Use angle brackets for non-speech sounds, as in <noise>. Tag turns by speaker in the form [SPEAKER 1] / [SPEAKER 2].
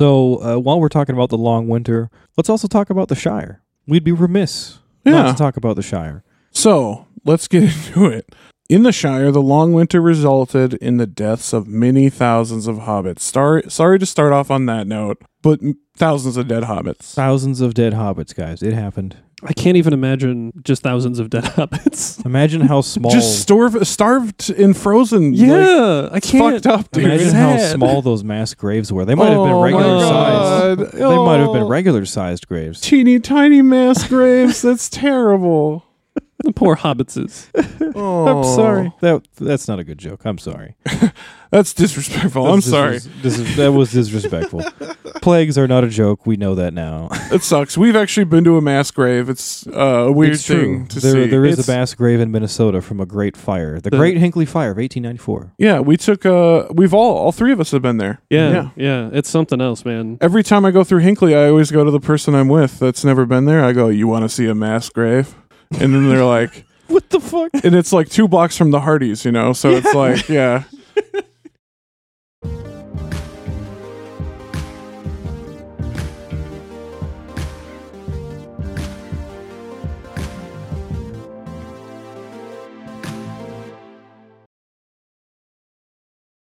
[SPEAKER 1] So uh, while we're talking about the long winter, let's also talk about the Shire. We'd be remiss not
[SPEAKER 2] Yeah.
[SPEAKER 1] to talk about the Shire.
[SPEAKER 2] So let's get <laughs> into it. In the Shire, the long winter resulted in the deaths of many thousands of hobbits. Star- sorry to start off on that note, but m- thousands of dead hobbits.
[SPEAKER 1] Thousands of dead hobbits, guys. It happened.
[SPEAKER 3] I can't even imagine just thousands of dead <laughs> hobbits.
[SPEAKER 1] Imagine
[SPEAKER 2] <laughs>
[SPEAKER 1] how small.
[SPEAKER 2] Just starved, starved and frozen. like,
[SPEAKER 3] yeah, I
[SPEAKER 2] it's
[SPEAKER 3] can't.
[SPEAKER 2] fucked up, dude.
[SPEAKER 1] imagine
[SPEAKER 3] It's
[SPEAKER 1] how
[SPEAKER 3] sad.
[SPEAKER 1] small those mass graves were. They might have been
[SPEAKER 2] Oh my
[SPEAKER 1] regular
[SPEAKER 3] God.
[SPEAKER 1] sized.
[SPEAKER 2] God.
[SPEAKER 1] They might have been
[SPEAKER 2] Oh.
[SPEAKER 1] regular sized graves.
[SPEAKER 2] teeny
[SPEAKER 1] <laughs>
[SPEAKER 2] tiny mass graves. That's terrible.
[SPEAKER 3] The poor
[SPEAKER 2] <laughs>
[SPEAKER 3] hobbitses.
[SPEAKER 2] Oh,
[SPEAKER 1] I'm sorry. That that's not a good joke. I'm sorry.
[SPEAKER 2] That's disrespectful. Oh, I'm
[SPEAKER 1] This is-
[SPEAKER 2] sorry.
[SPEAKER 1] this is- that was
[SPEAKER 2] <laughs>
[SPEAKER 1] disrespectful. Plagues are not a joke. We know that now.
[SPEAKER 2] It sucks. We've actually been to a mass grave. It's uh, a <laughs> weird
[SPEAKER 1] It's
[SPEAKER 2] thing to
[SPEAKER 1] there,
[SPEAKER 2] see.
[SPEAKER 1] there is
[SPEAKER 2] It's-
[SPEAKER 1] a mass grave in Minnesota from a great fire, the,
[SPEAKER 3] The-
[SPEAKER 1] Great Hinckley Fire of 1894.
[SPEAKER 2] Yeah, we took. Uh, we've all all three of us have been there.
[SPEAKER 3] Yeah, yeah, it's something else, man.
[SPEAKER 2] Every time I go through Hinkley, I always go to the person I'm with that's never been there. I go, "You want to see a mass grave?" And then they're like,
[SPEAKER 1] What the fuck?
[SPEAKER 2] and it's like two blocks from the Hardee's, you know. So it's like, yeah,